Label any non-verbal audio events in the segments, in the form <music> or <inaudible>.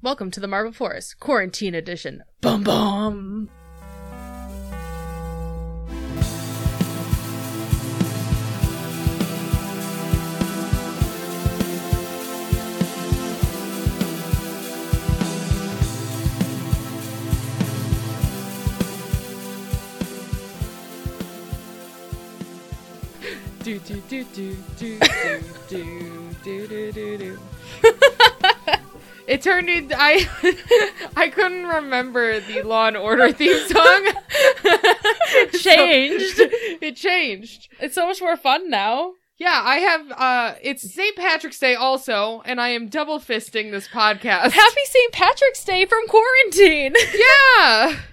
Welcome to the Marble Forest Quarantine Edition. Bum bum. <laughs> do do do do do do do do do do do. <laughs> It turned into I <laughs> I couldn't remember the Law and Order theme song. <laughs> it changed. <laughs> it changed. It's so much more fun now. Yeah, I have uh it's St. Patrick's Day also, and I am double fisting this podcast. Happy St. Patrick's Day from quarantine. yeah. <laughs>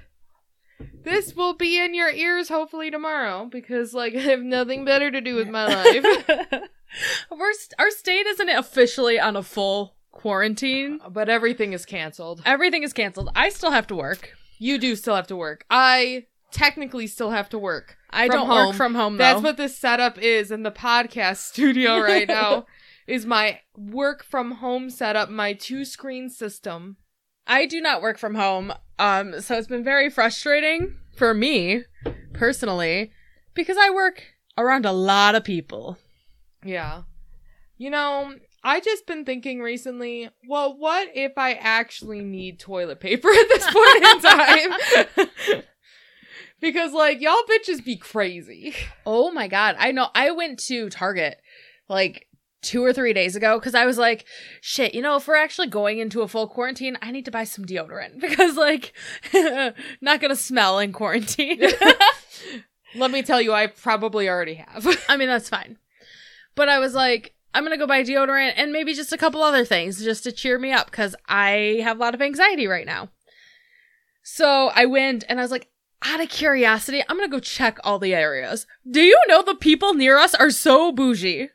This will be in your ears hopefully tomorrow because like <laughs> I have nothing better to do with <laughs> my life. <laughs> We're st- our state isn't officially on a full quarantine. but everything is canceled. Everything is canceled. I still have to work. You do still have to work. I technically still have to work. I From don't home. work from home though. That's what this setup is in the podcast studio <laughs> right now. is my work from home setup, my two screen system. I do not work from home. Um, so it's been very frustrating for me personally because I work around a lot of people. Yeah. You know, I just been thinking recently, well, what if I actually need toilet paper at this point in time? <laughs> because like y'all bitches be crazy. Oh my god. I know I went to Target like two or three days ago because I was like, shit, you know, if we're actually going into a full quarantine, I need to buy some deodorant <laughs> because like not gonna smell in <laughs> quarantine. Let me tell you, I probably already have. I mean that's fine. But I was like, I'm gonna go buy deodorant and maybe just a couple other things just to cheer me up because I have a lot of anxiety right now. So I went and I was like, out of curiosity, I'm gonna go check all the areas. Do you know the people near us are so bougie?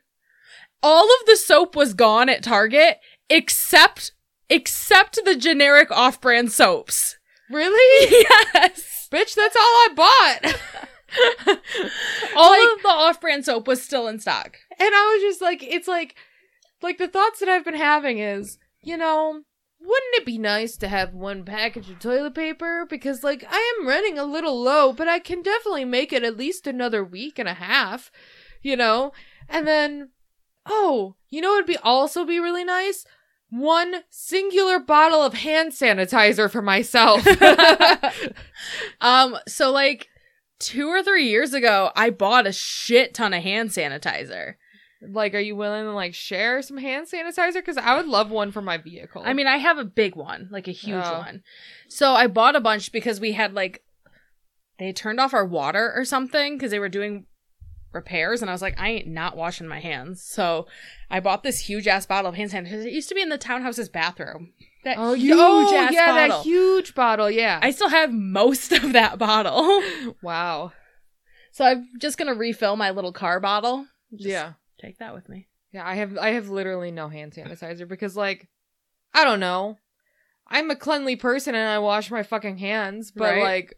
All of the soap was gone at Target except except the generic off-brand soaps. <laughs> really? yes. Bitch, that's all I bought. All Like- of the off-brand soap was still in stock. And I was just like, it's like, like the thoughts that I've been having is, you know, wouldn't it be nice to have one package of toilet paper? Because like I am running a little low, but I can definitely make it at least another week and a half, you know? And then, oh, you know, it'd be also be really nice. One singular bottle of hand sanitizer <laughs> for myself. <laughs> Um, so like two or three years ago, I bought a shit ton of hand sanitizer. like, are you willing to like share some hand sanitizer? Because I would love one for my vehicle. I mean, I have a big one, like a huge Oh. one. So I bought a bunch because we had like they turned off our water or something because they were doing repairs and I was like, I ain't not washing my hands. So I bought this huge ass bottle of hand sanitizer. It used to be in the townhouse's bathroom. <laughs> That Oh, huge you oh, ass yeah, bottle. that huge bottle. Yeah. I still have most of that bottle. <laughs> wow. so I'm just gonna refill my little car bottle. Just yeah. Take that with me. Yeah. I have I have literally no hand sanitizer because like I don't know. I'm a cleanly person and I wash my fucking hands, but Right. like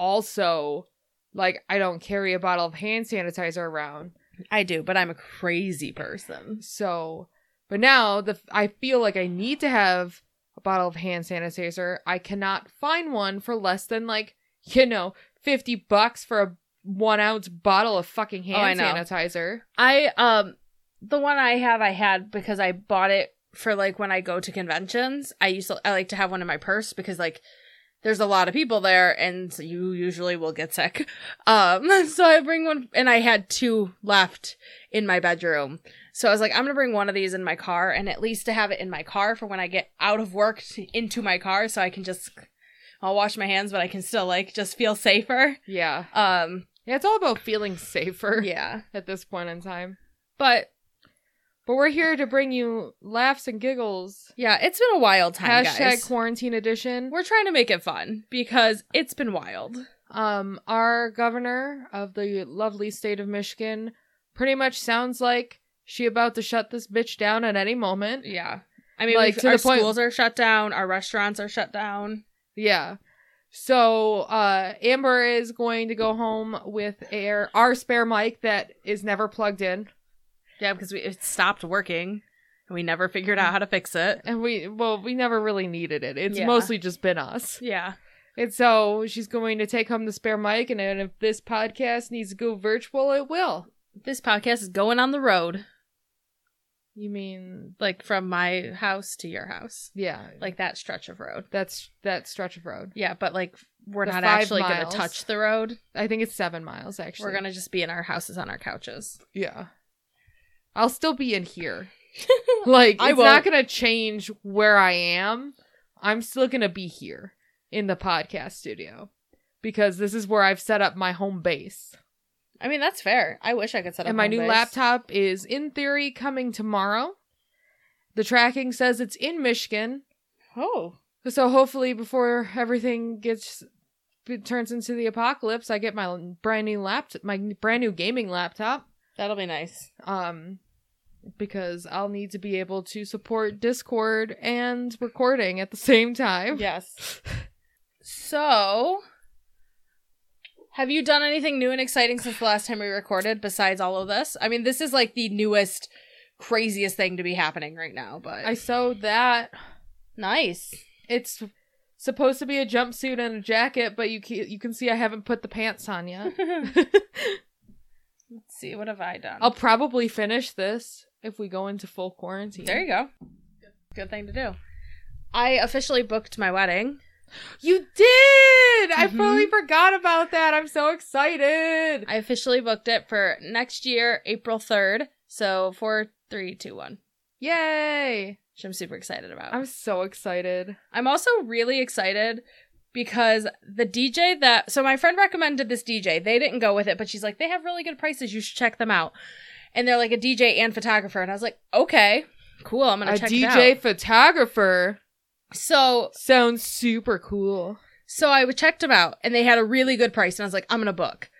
also like I don't carry a bottle of hand sanitizer around. I do, but I'm a crazy person. So, but now the I feel like I need to have a bottle of hand sanitizer. I cannot find one for less than like you know fifty bucks for a one ounce bottle of fucking Oh, I hand know. sanitizer. I um the one I have I had because I bought it for like when I go to conventions. I used to I like to have one in my purse because like there's a lot of people there and so you usually will get sick. <laughs> Um so I bring one and I had two left in my bedroom. So I was like I'm going to bring one of these in my car and at least to have it in my car for when I get out of work to, into my car so I can just I'll wash my hands but I can still like just feel safer. Yeah. Um Yeah, it's all about feeling safer yeah. at this point in time. But But we're here to bring you laughs and giggles. Yeah, it's been a wild time, Hashtag guys. quarantine edition. We're trying to make it fun because it's been wild. Um, our governor of the lovely state of Michigan pretty much sounds like she about to shut this bitch down at any moment. Yeah, I mean, Like, we've- to our the point- schools are shut down, our restaurants are shut down. Yeah. So uh Amber is going to go home with air our spare mic that is never plugged in. Yeah, because we, it stopped working. and we never figured out how to fix it. And we, well, we never really needed it. It's Yeah. mostly just been us. Yeah. And so she's going to take home the spare mic, and if this podcast needs to go virtual, it will. This podcast is going on the road, You mean, like from my house to your house, yeah, like that stretch of road. that's that stretch of road. Yeah, but like we're The not five actually going miles. to touch the road. I think it's seven miles, actually. We're going to just be in our houses on our couches. yeah. I'll still be in here. <laughs> Like, I it's not won't. going to change where I am. I'm still going to be here in the podcast studio because this is where I've set up my home base. I mean, that's fair. I wish I could set up and my home new base. laptop is, in theory, coming tomorrow. The tracking says it's in Michigan. Oh, So hopefully, before everything gets it turns into the apocalypse, I get my brand new laptop, my brand new gaming laptop. that'll be nice. um because I'll need to be able to support Discord and recording at the same time. Yes. <laughs> So, have you done anything new and exciting since the last time we recorded besides all of this? I mean, this is like the newest, craziest thing to be happening right now, but I sewed that. <laughs> nice. It's supposed to be a jumpsuit and a jacket, but you can, you can see I haven't put the pants on yet. Let's see, what have I done? I'll probably finish this if we go into full quarantine. there you go. Good thing to do. I officially booked my wedding. You did! I Mhm. fully forgot about that. I'm so excited. I officially booked it for next year, April 3rd. So, four, three, two, one, Yay! which I'm super excited about. I'm so excited. I'm also really excited because the DJ that so my friend recommended this DJ. They didn't go with it, but she's like, they have really good prices. You should check them out. And they're like a DJ and photographer. And I was like, okay, cool. I'm gonna A check DJ it out. photographer So sounds super cool. so I checked them out and they had a really good price. And I was like, I'm gonna book.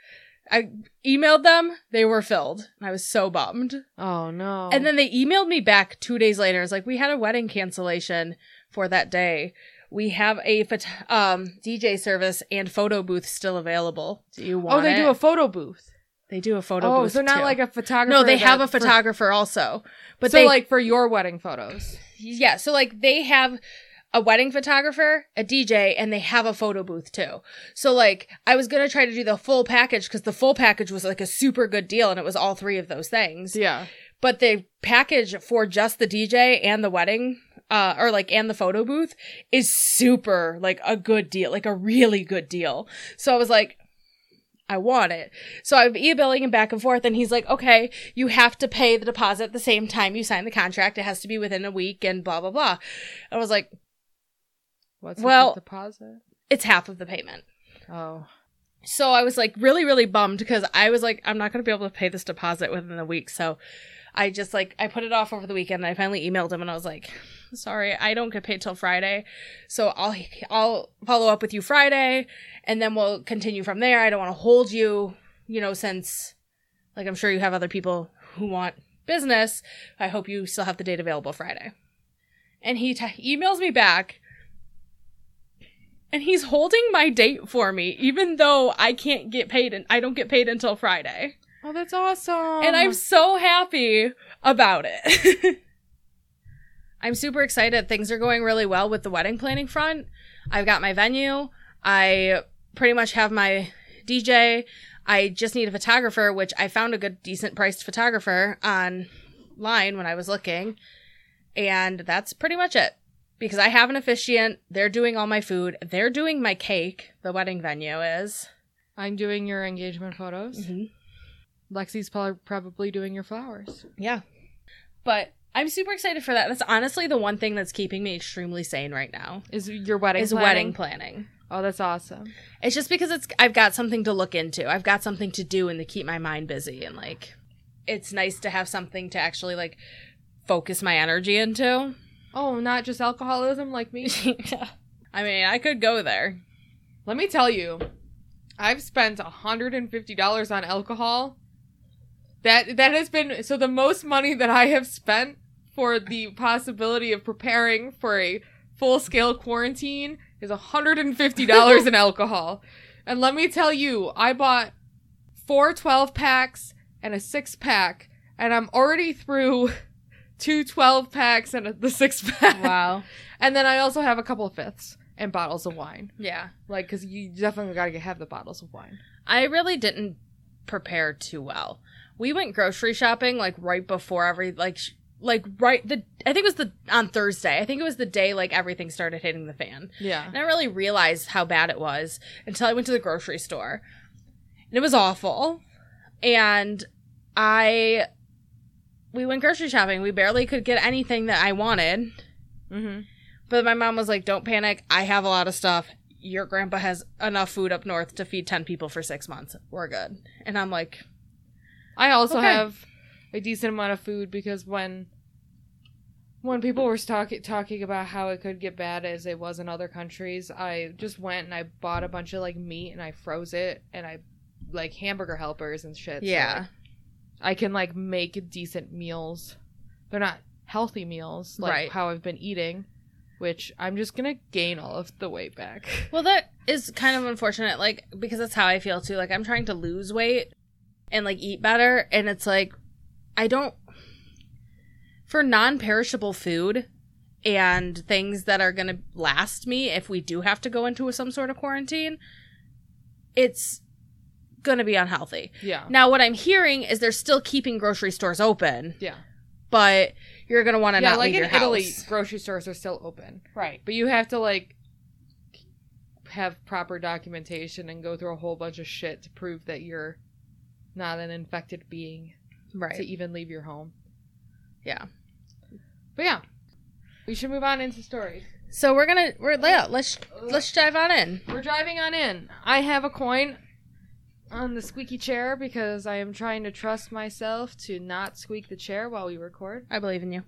I emailed them, they were filled. And I was so bummed. Oh no. And then they emailed me back two days later. It's like, we had a wedding cancellation for that day. We have a phot- um, DJ service and photo booth still available. Do you want oh, they it? do a photo booth. they do a photo oh, booth. so not too. like a photographer. no, they have that- a photographer also. For, But so they like like for your wedding photos. yeah, so like they have a wedding photographer, a DJ, and they have a photo booth too. So like I was gonna try to do the full package because the full package was like a super good deal and it was all three of those things. Yeah. but the package for just the DJ and the wedding, uh, or like and the photo booth is super like a good deal, like a really good deal. So I was like, I want it. So I'm emailing him back and forth, and he's like, okay, you have to pay the deposit at the same time you sign the contract. It has to be within a week and blah, blah, blah. I was like, What's Well- well, deposit? it's half of the payment. Oh. So I was like really, really bummed because I was like, I'm not going to be able to pay this deposit within the week. So I just like, I put it off over the weekend. I finally emailed him and I was like, sorry, I don't get paid till Friday. So I'll, I'll follow up with you Friday and then we'll continue from there. I don't want to hold you, you know, since like I'm sure you have other people who want business. I hope you still have the date available Friday. And he t- emails me back and he's holding my date for me even though i can't get paid and i don't get paid until friday Oh, that's awesome. and i'm so happy about it <laughs> i'm super excited things are going really well with the wedding planning front i've got my venue i pretty much have my dj i just need a photographer which i found a good decent priced photographer online when i was looking and that's pretty much it because I have an officiant. They're doing all my food. They're doing my cake. The wedding venue is. I'm doing your engagement photos. Mm-hmm. Lexi's pro- probably doing your flowers. Yeah. But I'm super excited for that. That's honestly the one thing that's keeping me extremely sane right now. Is your wedding is planning? wedding planning. Oh, that's awesome. It's just because it's I've got something to look into. I've got something to do and to keep my mind busy and like it's nice to have something to actually like focus my energy into. <laughs> Oh, not just alcoholism like me. I mean, I could go there. Let me tell you, I've spent $150 on alcohol. That that has been so the most money that I have spent for the possibility of preparing for a full-scale quarantine is $150 in alcohol. And let me tell you, I bought four 12 packs and a six pack and I'm already through <laughs> two 12 packs and a, the six pack. Wow. And then I also have a couple of fifths and bottles of wine. <laughs> Yeah. Like, because you definitely got to have the bottles of wine. I really didn't prepare too well. We went grocery shopping like right before every like sh- like right the I think it was the on Thursday. I think it was the day like everything started hitting the fan. Yeah. And I really realized how bad it was until I went to the grocery store. And it was awful. And I we went grocery shopping. We barely could get anything that I wanted. Mm-hmm. But my mom was like, "Don't panic. I have a lot of stuff. Your grandpa has enough food up north to feed 10 people for 6 months. We're good." And I'm like, I also Okay. have a decent amount of food because when when people were talk- talking about how it could get bad as it was in other countries, I just went and I bought a bunch of like meat and I froze it and I like hamburger helpers and shit. so, "Yeah. like, I can like make decent meals. They're not healthy meals like Right. how I've been eating, which I'm just gonna gain all of the weight back. <laughs> Well, that is kind of unfortunate like because that's how I feel too. Like I'm trying to lose weight and like eat better and it's like I don't for non-perishable food and things that are going to last me if we do have to go into some sort of quarantine, it's going to be unhealthy. Yeah. Now, what I'm hearing is they're still keeping grocery stores open, Yeah. but you're gonna want to yeah, not like leave in your Italy, house. grocery stores are still open. right? But you have to like have proper documentation and go through a whole bunch of shit to prove that you're not an infected being to Right. even leave your home. Yeah. But yeah. We should move on into stories. So we're gonna we're yeah, let's let's dive on in. We're driving on in. I have a coin on the squeaky chair because I am trying to trust myself to not squeak the chair while we record. I believe in you.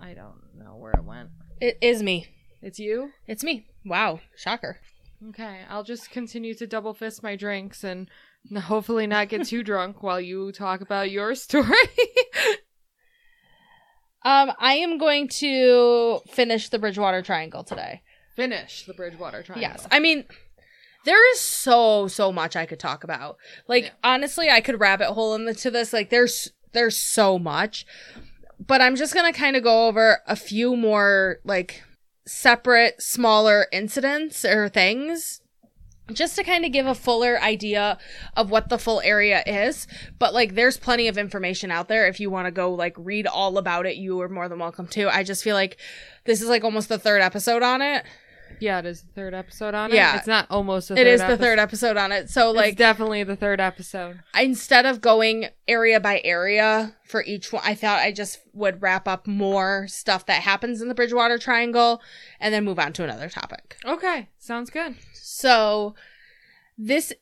I don't know where it went. It is me. It's you? It's me. Wow, shocker. Okay, I'll just continue to double fist my drinks and <laughs> n- hopefully not get too drunk while you talk about your <laughs> story. Um, I am going to finish the Bridgewater Triangle today. Finish the Bridgewater Triangle. Yes, I mean. There is so so much I could talk about. Like Yeah. honestly, I could rabbit hole into this. Like there's there's so much, but I'm just gonna kind of go over a few more like separate smaller incidents or things just to kind of give a fuller idea of what the full area is but like there's plenty of information out there if you want to go like read all about it you are more than welcome to i just feel like this is like almost the third episode on it Yeah, it is the third episode on it. Yeah. It's not almost the third it is the episode. third episode on it so It's like definitely the third episode. instead of going area by area for each one, I thought I just would wrap up more stuff that happens in the Bridgewater Triangle and then move on to another topic. Okay, sounds good. So, this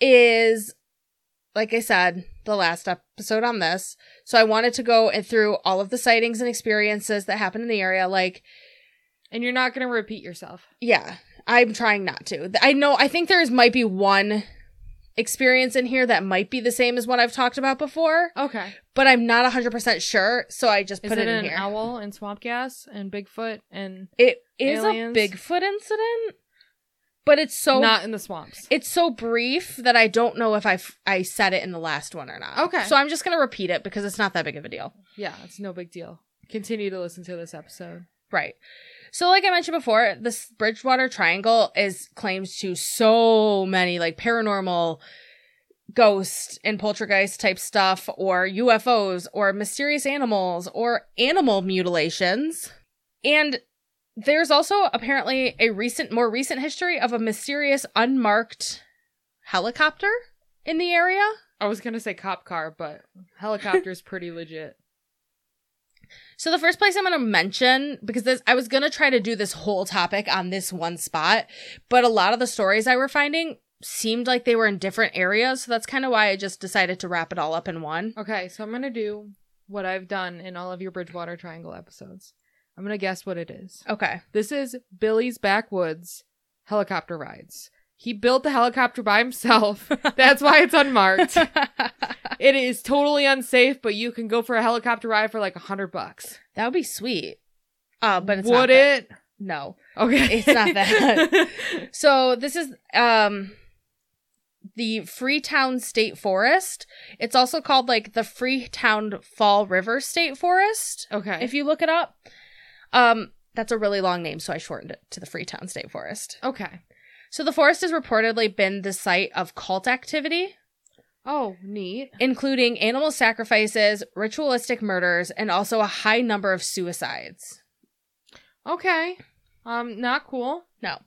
is, like I said, the last episode on this. So, I wanted to go and through all of the sightings and experiences that happened in the area. Like, And you're not going to repeat yourself. yeah, I'm trying not to. Th- I know, I think there's might be one experience in here that might be the same as what I've talked about before. Okay. but I'm not 100% sure, so I just Is put it, it, in an here. owl and swamp gas and Bigfoot and It is Aliens? a Bigfoot incident, but it's so not in the swamps? it's so brief that I don't know if I f- I said it in the last one or not. Okay. So I'm just going to repeat it because it's not that big of a deal. yeah, it's no big deal. Continue to listen to this episode. Right. So like I mentioned before, this Bridgewater Triangle is claims to so many like paranormal ghost and poltergeist type stuff or UFOs or mysterious animals or animal mutilations. And there's also apparently a recent more recent history of a mysterious unmarked helicopter in the area. I was gonna say cop car, but helicopter's pretty legit. So the first place I'm going to mention because this I was going to try to do this whole topic on this one spot, but a lot of the stories I were finding seemed like they were in different areas, so that's kind of why I just decided to wrap it all up in one. Okay, so I'm gonna do what I've done in all of your Bridgewater Triangle episodes. I'm gonna guess what it is. Okay. <laughs> This is Billy's backwoods helicopter rides. He built the helicopter <laughs> by himself. That's why it's unmarked. that it is totally unsafe, but you can go for a helicopter ride for like a hundred bucks. would be sweet. Uh, but it's Would not that- it? No. Okay, It's not that. So this is um the Freetown State Forest. It's also called like the Freetown Fall River State Forest. <laughs> Okay. If you look it up, um, that's a really long name, so I shortened it to the Freetown State Forest. okay. So the forest has reportedly been the site of cult activity, Oh, neat. including animal sacrifices, ritualistic murders, and also a high number of suicides. Okay. Um, not cool. No.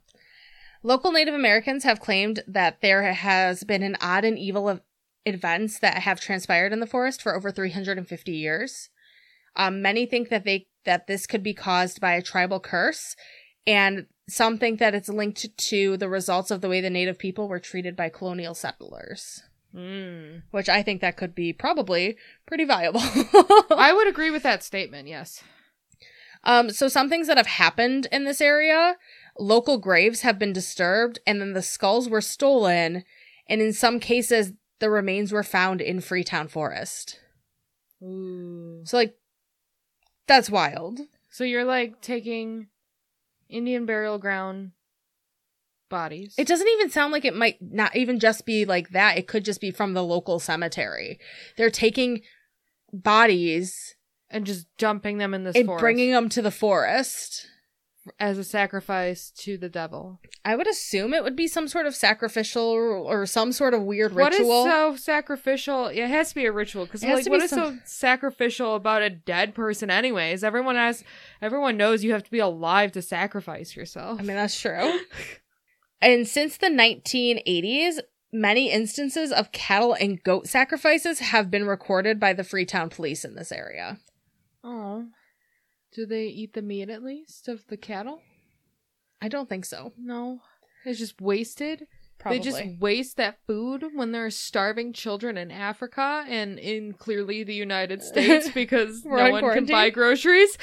Local Native Americans have claimed that there has been an odd and evil of events that have transpired in the forest for over 350 years. Um, many think that they that this could be caused by a tribal curse, and some think that it's linked to the results of the way the Native people were treated by colonial settlers, Mm. which I think that could be probably pretty viable. I would agree with that statement. Yes. Um, so some things that have happened in this area, local graves have been disturbed, and then the skulls were stolen, and in some cases, the remains were found in Freetown Forest. Ooh. So like, that's wild. So you're like taking Indian burial ground bodies. It doesn't even sound like it might not even just be like that. It could just be from the local cemetery. They're taking bodies and just dumping them in this and forest bringing them to the forest. as a sacrifice to the devil. I would assume it would be some sort of sacrificial or some sort of weird What is ritual. so sacrificial? It has to be a ritual because It has like to what be is some- so sacrificial about a dead person? Anyways, everyone has everyone knows you have to be alive to sacrifice yourself. I mean, that's true. and since the 1980s, many instances of cattle and goat sacrifices have been recorded by the Freetown police in this area. oh, do they eat the meat at least of the cattle? I don't think so. No, it's just wasted. Probably. They just waste that food when there are starving children in Africa and in clearly the <laughs> United States because We're no on one quarantine. can <laughs> buy groceries.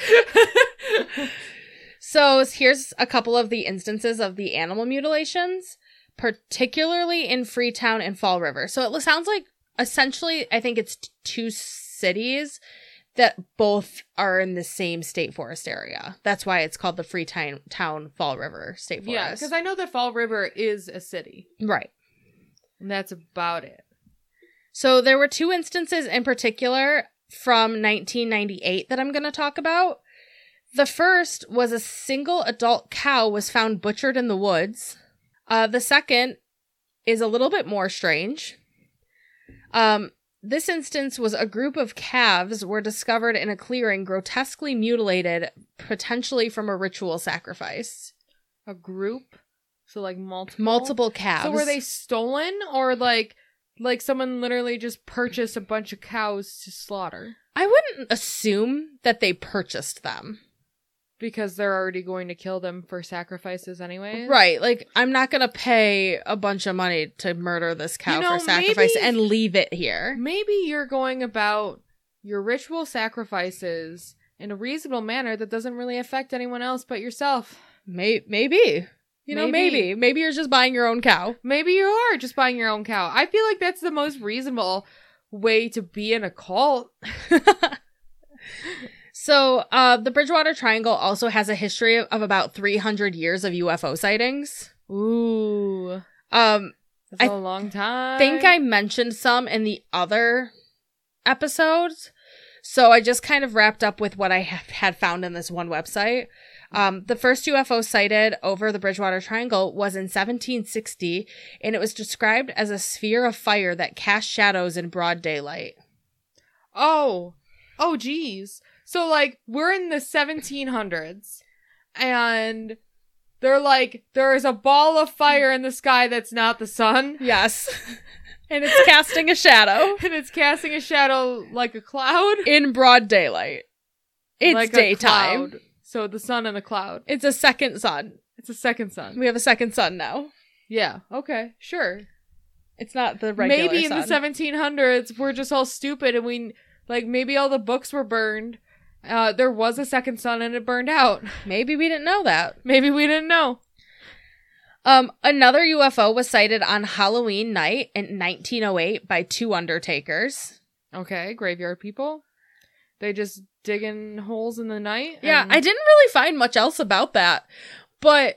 So here's a couple of the instances of the animal mutilations, particularly in Freetown and Fall River. So it sounds like essentially, I think it's t- two cities that both are in the same state forest area. That's why it's called the Freetown Town Fall River State Forest. yeah, because I know that Fall River is a city, right. and that's about it. So there were two instances in particular from 1998 that I'm going to talk about. The first was a single adult cow was found butchered in the woods. Uh, the second is a little bit more strange. Um, this instance was a group of calves were discovered in a clearing, grotesquely mutilated, potentially from a ritual sacrifice. A group, so like multiple. Multiple calves. So were they stolen or like like someone literally just purchased a bunch of cows to slaughter I wouldn't assume that they purchased them. because they're already going to kill them for sacrifices anyways. Right. Like, I'm not going to pay a bunch of money to murder this cow You know, for sacrifice maybe- and leave it here. Maybe you're going about your ritual sacrifices in a reasonable manner that doesn't really affect anyone else but yourself. May- maybe. You know, Maybe. maybe. Maybe you're just buying your own cow. Maybe you are just buying your own cow. I feel like that's the most reasonable way to be in a cult. So, uh, the Bridgewater Triangle also has a history of, of about 300 years of UFO sightings. Ooh. Um, That's I a long time. I think I mentioned some in the other episodes. So I just kind of wrapped up with what I ha- had found in this one website. Um, the first UFO sighted over the Bridgewater Triangle was in 1760, and it was described as a sphere of fire that cast shadows in broad daylight. Oh. Oh geez. So like we're in the 1700s and they're like there is a ball of fire in the sky that's not the sun. Yes. <laughs> and it's casting a shadow <laughs> and it's casting a shadow like a cloud. in broad daylight. It's like a daytime. cloud. So the sun and a cloud. It's a second sun. It's a second sun. We have a second sun now. Yeah. Okay. Sure. It's not the regular Maybe in sun. the 1700s we're just all stupid and we like maybe all the books were burned. Uh, there was a second sun and it burned out. <laughs> Maybe we didn't know that. Maybe we didn't know. Um, another UFO was sighted on Halloween night in 1908 by two undertakers. Okay, graveyard people. They just dig in holes in the night. Yeah, and- I didn't really find much else about that, but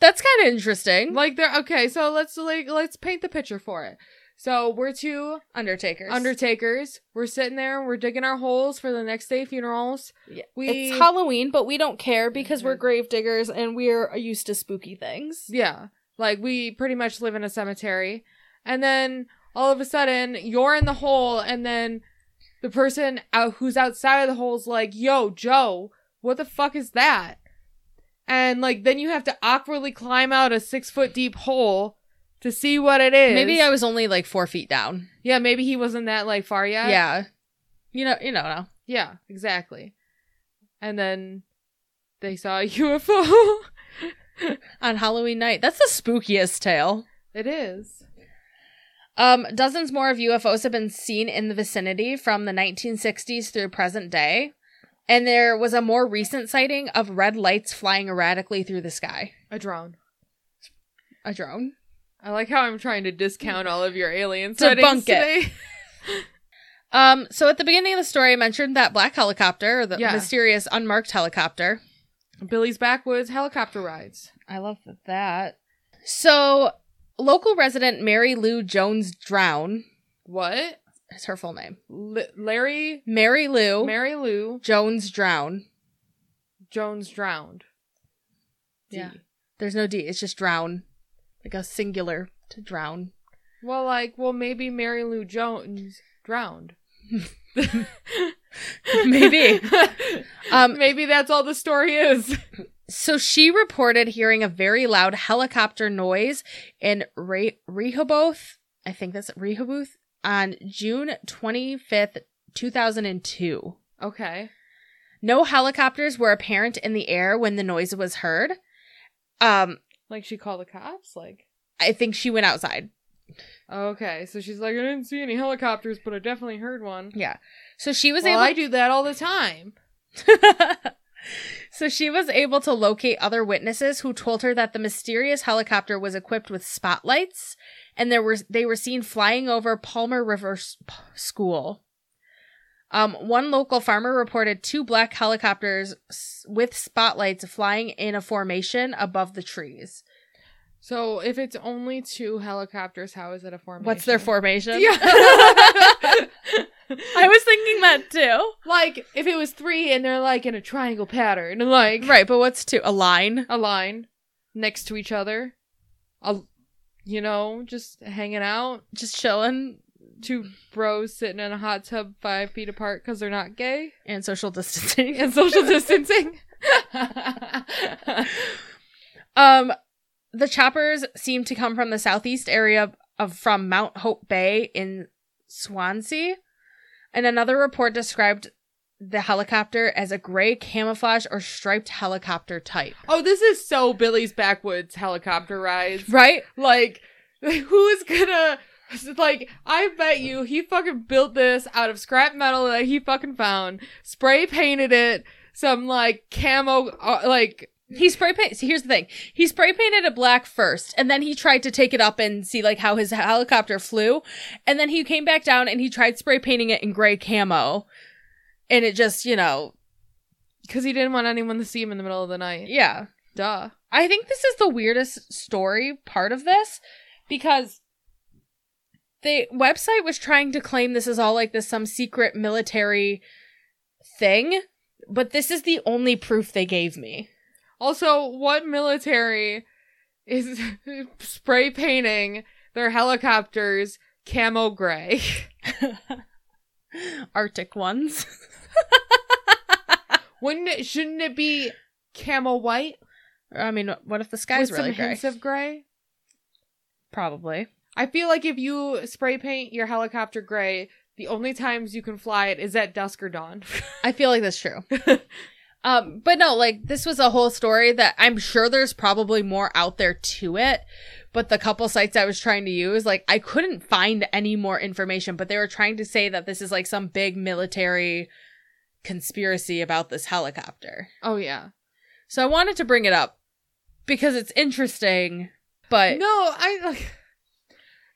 that's kind of interesting. like they're okay. So let's like let's paint the picture for it. So we're two Undertakers. undertakers. We're sitting there. We're digging our holes for the next day funerals. Yeah. We it's Halloween, but we don't care because we're grave diggers and we're used to spooky things. Yeah. Like we pretty much live in a cemetery. And then all of a sudden you're in the hole and then the person out who's outside of the hole's like, "Yo, Joe, what the fuck is that?" And like then you have to awkwardly climb out a 6-foot deep hole to see what it is. Maybe I was only like four feet down. Yeah, maybe he wasn't that like far yet. yeah. You know, you know, no. Yeah, exactly. And then they saw a <laughs> UFO. On Halloween night. That's the spookiest tale. it is. Um, dozens more of UFOs have been seen in the vicinity from the 1960s through present day. And there was a more recent sighting of red lights flying erratically through the sky. A drone. A drone. I like how I'm trying to discount all of your alien Debunk sightings it. today. <laughs> Um, so at the beginning of the story, I mentioned that black helicopter, or the Yeah. mysterious unmarked helicopter. Billy's backwoods helicopter rides. I love that. So, local resident Mary Lou Jones Drown What? is her full name. L- Larry, Mary Lou Mary Lou Jones Drown. Jones drowned. D. Yeah. There's no D. It's just drown, like a singular to <laughs> drown. Well, like, well, maybe Mary Lou Jones drowned. <laughs> <laughs> Maybe. Um, maybe that's all the story is. <laughs> so she reported hearing a very loud helicopter noise in Re- Rehoboth. I think that's Rehoboth on June 25th, 2002. Okay. No helicopters were apparent in the air when the noise was heard. Um, Like she called the cops. Like, I think she went outside. okay, so she's like, I didn't see any helicopters, but I definitely heard one. Yeah. So she was Well, I able do that all the time. <laughs> So she was able to locate other witnesses who told her that the mysterious helicopter was equipped with spotlights and there were they were seen flying over Palmer River S- P- School. Um, one local farmer reported two black helicopters s- with spotlights flying in a formation above the trees. So if it's only two helicopters, how is it a formation? What's their formation? <laughs> Yeah. I was thinking that too. <laughs> like if it was three and they're like in a triangle pattern, like Right, but what's two? A line? a line next to each other, a, you know, just hanging out. Just chilling Two bros sitting in a hot tub five feet apart because they're not gay and social distancing. <laughs> and social distancing. <laughs> Um, the choppers seem to come from the southeast area of, from Mount Hope Bay in Swansea, and another report described the helicopter as a gray camouflage or striped helicopter type. oh, this is so Billy's backwoods helicopter rides. Right? Like, <laughs> who is gonna? <laughs> Like, I bet you he fucking built this out of scrap metal that he fucking found, spray painted it, some like camo, uh, like He spray painted. See, here's the thing: he spray painted it black first, and then he tried to take it up and see like how his helicopter flew, and then he came back down and he tried spray painting it in gray camo, and it just you know because he didn't want anyone to see him in the middle of the night. yeah. Duh. I think this is the weirdest story part of this because the website was trying to claim this is all like this some secret military thing, but this is the only proof they gave me. Also, what military is <laughs> spray painting their helicopters camo gray? <laughs> Arctic ones. Wouldn't it? Shouldn't it be camo white <laughs> I mean, what if the sky's with really some gray? hints of gray? Probably. I feel like if you spray paint your helicopter gray, the only times you can fly it is at dusk or dawn. <laughs> I feel like that's true. um, but no, like this was a whole story that I'm sure there's probably more out there to it. But the couple sites I was trying to use, like I couldn't find any more information, but they were trying to say that this is like some big military conspiracy about this helicopter. oh yeah. So I wanted to bring it up because it's interesting, but No, I like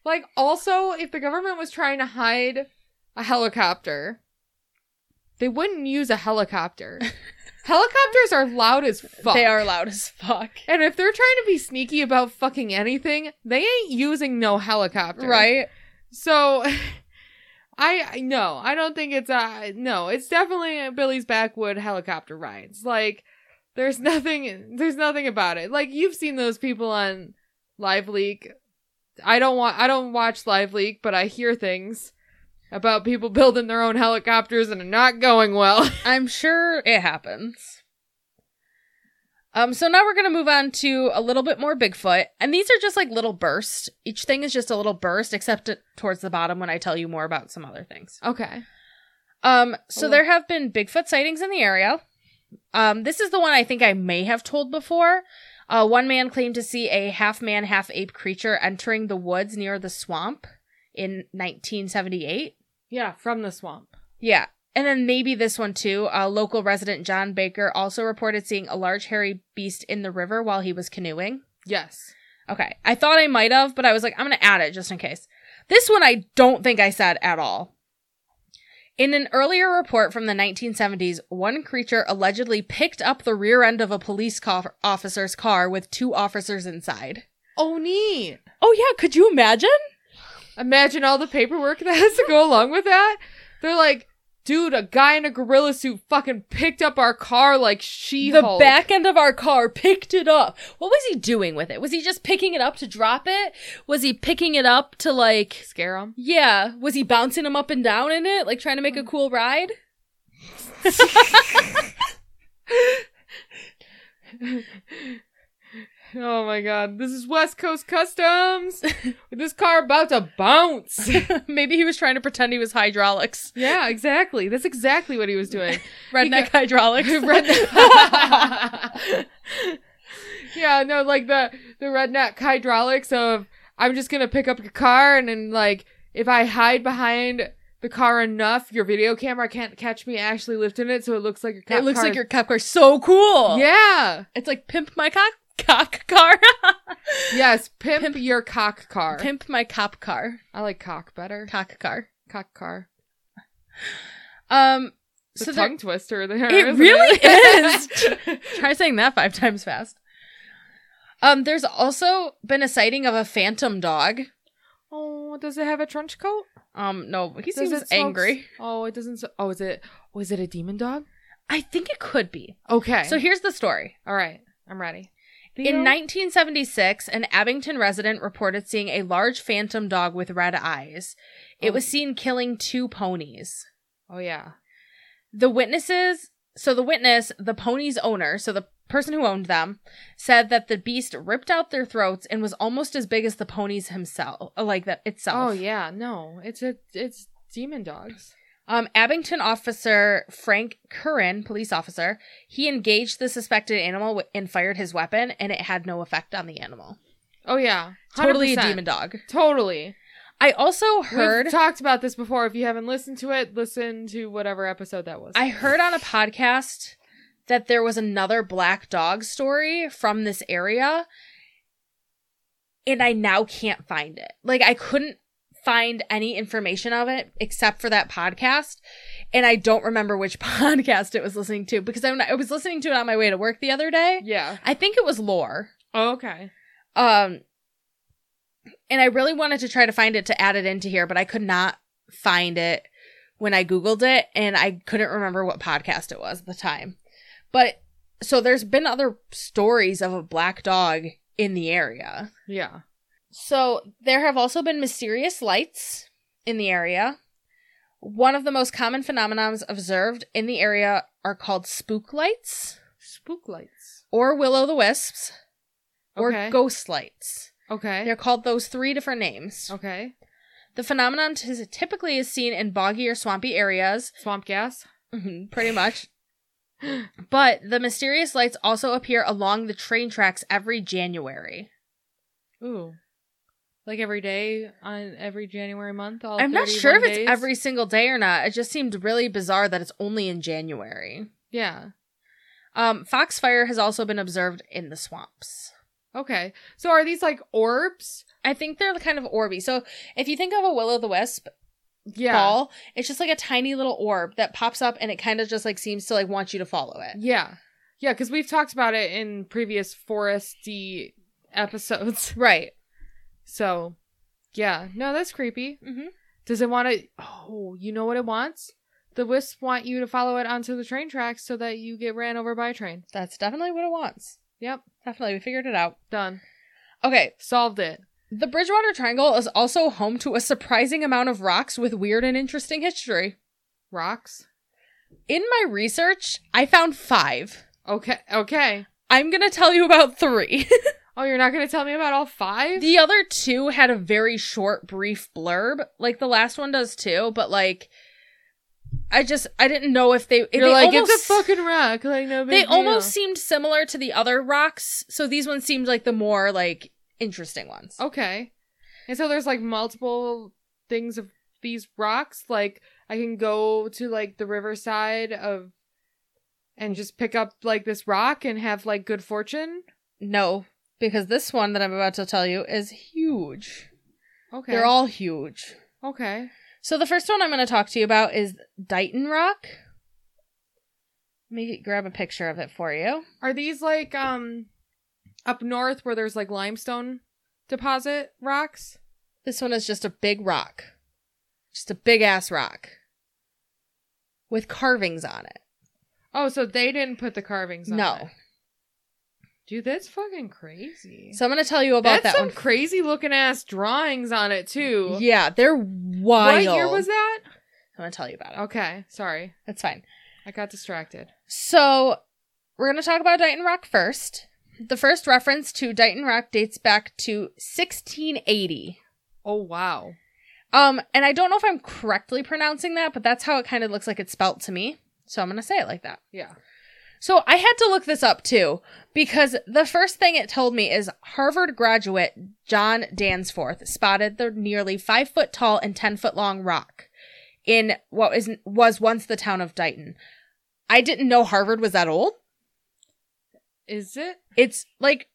like also if the government was trying to hide a helicopter, they wouldn't use a <laughs> helicopter. Helicopters are loud as fuck. they are loud as fuck. And if they're trying to be sneaky about fucking anything, they ain't using no helicopter. Right? So <laughs> I I- no, I don't think it's uh no, it's definitely Billy's backwood helicopter rides. Like there's <laughs> nothing there's nothing about it. Like you've seen those people on Live Leak. I don't want I don't watch Live Leak, but I hear things about people <laughs> building their own helicopters and are not going well. <laughs> I'm sure it happens. Um, so now we're gonna move on to a little bit more Bigfoot, and these are just like little bursts. Each thing is just a little burst, except it, towards the bottom when I tell you more about some other things. okay. Um, so Oh. there have been Bigfoot sightings in the area. Um, this is the one I think I may have told before. Uh, one man claimed to see a half man, half ape creature entering the woods near the swamp in 1978. Yeah, from the swamp. Yeah. And then maybe this one too. A local resident John Baker also reported seeing a large hairy beast in the river while he was canoeing. Yes. Okay. I thought I might have, but I was like, I'm going to add it just in case. This one I don't think I said at all. In an earlier report from the 1970s, one creature allegedly picked up the rear end of a police car- officer's car with two officers inside. Oh neat. Oh, yeah. Could you imagine? Imagine all the paperwork <laughs> that has to go along with that. They're like, dude, a guy in a gorilla suit fucking picked up our car like she the back end of our car picked it up. What was he doing with it? Was he just picking it up to drop it? Was he picking it up to like Scare him. yeah, was he bouncing him up and down in it, like trying to make a cool ride? Oh my god, this is West Coast <laughs> Customs. this car about to bounce. <laughs> Maybe he was trying to pretend he was hydraulics. <laughs> yeah, exactly. That's exactly what he was doing. Redneck <laughs> <laughs> hydraulics. redneck. yeah, no, like the the redneck hydraulics of I'm just gonna pick up your car and then like if I hide behind the car enough, your video camera can't catch me actually lifting it, so it looks like your ca- it looks car- like your cop car so cool. yeah It's like pimp my cock cock car. <laughs> yes pimp, your cock car. pimp my cop car. I like cock better. Cock car. Cock car. Um It's so a there- tongue twister there. It <laughs> isn't really it? Try saying that five <laughs> times fast. Um, there's also been a sighting of a phantom dog. <laughs> oh, does it have a trench coat? Um, no, he Does seems it smoke- angry. Oh, it doesn't. s- Oh, is it? Oh, is it a demon dog? I think it could be. Okay. So here's the story. All right, I'm ready. In 1976, an Abington resident reported seeing a large phantom dog with red eyes. It Oh. was seen killing two ponies. Oh yeah. The witnesses, so the witness, the pony's owner, so the person who owned them, said that the beast ripped out their throats and was almost as big as the ponies himself, like that itself. Oh yeah. No, it's a it's demon dogs. Um, Abington officer Frank Curran, police officer, he engaged the suspected animal wi- and fired his weapon, and it had no effect on the animal. Oh yeah. Totally a 100%. demon dog. Totally. I also We've heard. talked about this before. If you haven't listened to it, listen to whatever episode that was. I heard on a podcast that there was another black dog story from this area, and I now can't find it. Like, I couldn't find any information of it except for that podcast, and I don't remember which <laughs> podcast it was listening to because I, I was listening to it on my way to work the other day. Yeah. I think it was lore. Oh, okay. Um, and I really wanted to try to find it to add it into here, but I could not find it when I Googled it, and I couldn't remember what podcast it was at the time. But so there's been other stories of a black dog in the area. Yeah. So there have also been mysterious lights in the area. One of the most common phenomenons observed in the area are called spook lights Spook lights. or will o' the wisps or Okay. ghost lights. Okay. They're called those three different names. Okay. The phenomenon t- typically is seen in boggy or swampy areas, <laughs> Swamp gas. mhm, pretty much. but the mysterious lights also appear along the train tracks every January. Ooh. Like every day on every January month. All I'm not sure if 31 it's Oh, days? every single day or not. It just seemed really bizarre that it's only in January. Yeah. Um, foxfire has also been observed in the swamps. Okay. So are these like orbs? I think they're the kind of orby. So if you think of a will o' the wisp Yeah. ball, it's just like a tiny little orb that pops up and it kind of just like seems to like want you to follow it. Yeah. Yeah, because we've talked about it in previous foresty episodes. <laughs> Right. So Yeah. No, that's creepy. Mm-hmm. Does it want to? Oh, you know what it wants? The wisps want you to follow it onto the train tracks so that you get ran over by a train. That's definitely what it wants. Yep. Definitely, we figured it out. Done. Okay, Solved it. the Bridgewater Triangle is also home to a surprising amount of rocks with weird and interesting history. Rocks. In my research, I found five. Okay. Okay. I'm gonna tell you about three. <laughs> Oh, you're not gonna tell me about all five? the other two had a very short, brief blurb, like the last one does too. But like, I just I didn't know if they. you're they like it's almost- a fucking rock. Like no big They deal. almost seemed similar to the other rocks, so these ones seemed like the more like interesting ones. Okay. And so there's like multiple things of these rocks. Like I can go to like the riverside of and just pick up like this rock and have like good fortune. No, because this one that I'm about to tell you is huge. Okay. They're all huge. Okay. So the first one I'm going to talk to you about is Dighton Rock. Let me grab a picture of it for you. Are these like um up north where there's like limestone deposit rocks? This one is just a big rock. Just a big ass rock. With carvings on it. Oh, so they didn't put the carvings on. no. it. Dude, that's fucking crazy. So I'm going to tell you about that's that some one. crazy looking ass drawings on it too. Yeah, they're What wild. year was that? I'm going to tell you about it. Okay, sorry. That's fine. I got distracted. So, we're going to talk about Dighton Rock first. The first reference to Dighton Rock dates back to 1680. Oh wow. Um, and I don't know if I'm correctly pronouncing that, but that's how it kind of looks like it's spelt to me. So I'm going to say it like that. Yeah. So I had to look this up too, because the first thing it told me is Harvard graduate John Danforth spotted the nearly five foot tall and 10 foot long rock in what is, was once the town of Dighton. I didn't know Harvard was that old. Is it? It's like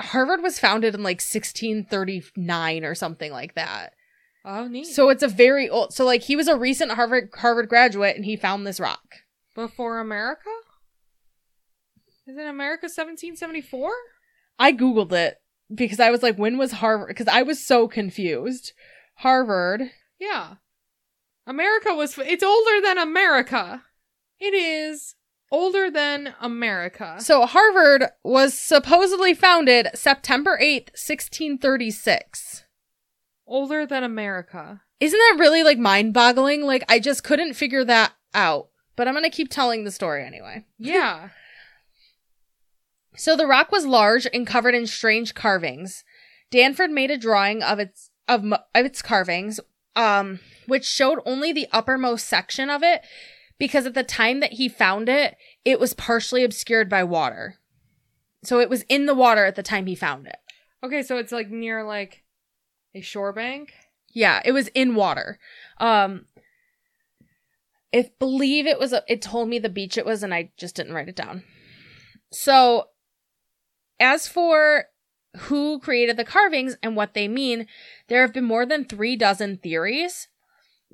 Harvard was founded in like 1639 or something like that. Oh neat. So So it's a very old. So like he was a recent Harvard Harvard graduate, and he found this rock. before America? Isn't America 1774? I googled it because I was like, when was Harvard? Because I was so confused. Harvard. Yeah. America was it's older than America. It is older than America. So Harvard was supposedly founded September eighth, sixteen thirty six. older than America. Isn't that really like mind boggling? Like I just couldn't figure that out. But I'm gonna keep telling the story anyway. Yeah. So the rock was large and covered in strange carvings. Danford made a drawing of its of, mo- of its carvings, um, which showed only the uppermost section of it, because at the time that he found it, it was partially obscured by water. So it was in the water at the time he found it. okay, so it's like near like a shore bank. Yeah, it was in water. Um, if believe it was, a, it told me the beach it was, and I just didn't write it down. So, as for who created the carvings and what they mean, there have been more than three dozen theories.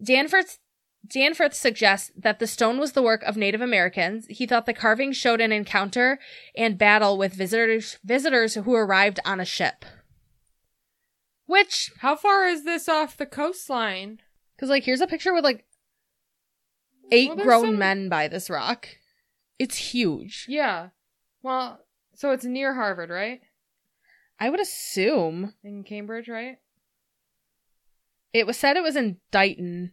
Danforth Danforth suggests that the stone was the work of Native Americans. He thought the carvings showed an encounter and battle with visitors visitors who arrived on a ship. Which How far is this off the coastline? Cause like here's a picture with like eight Well, there's grown some- men by this rock. It's huge. Yeah. Well, so it's near Harvard, right? I would assume In Cambridge, right? it was said it was in Dighton.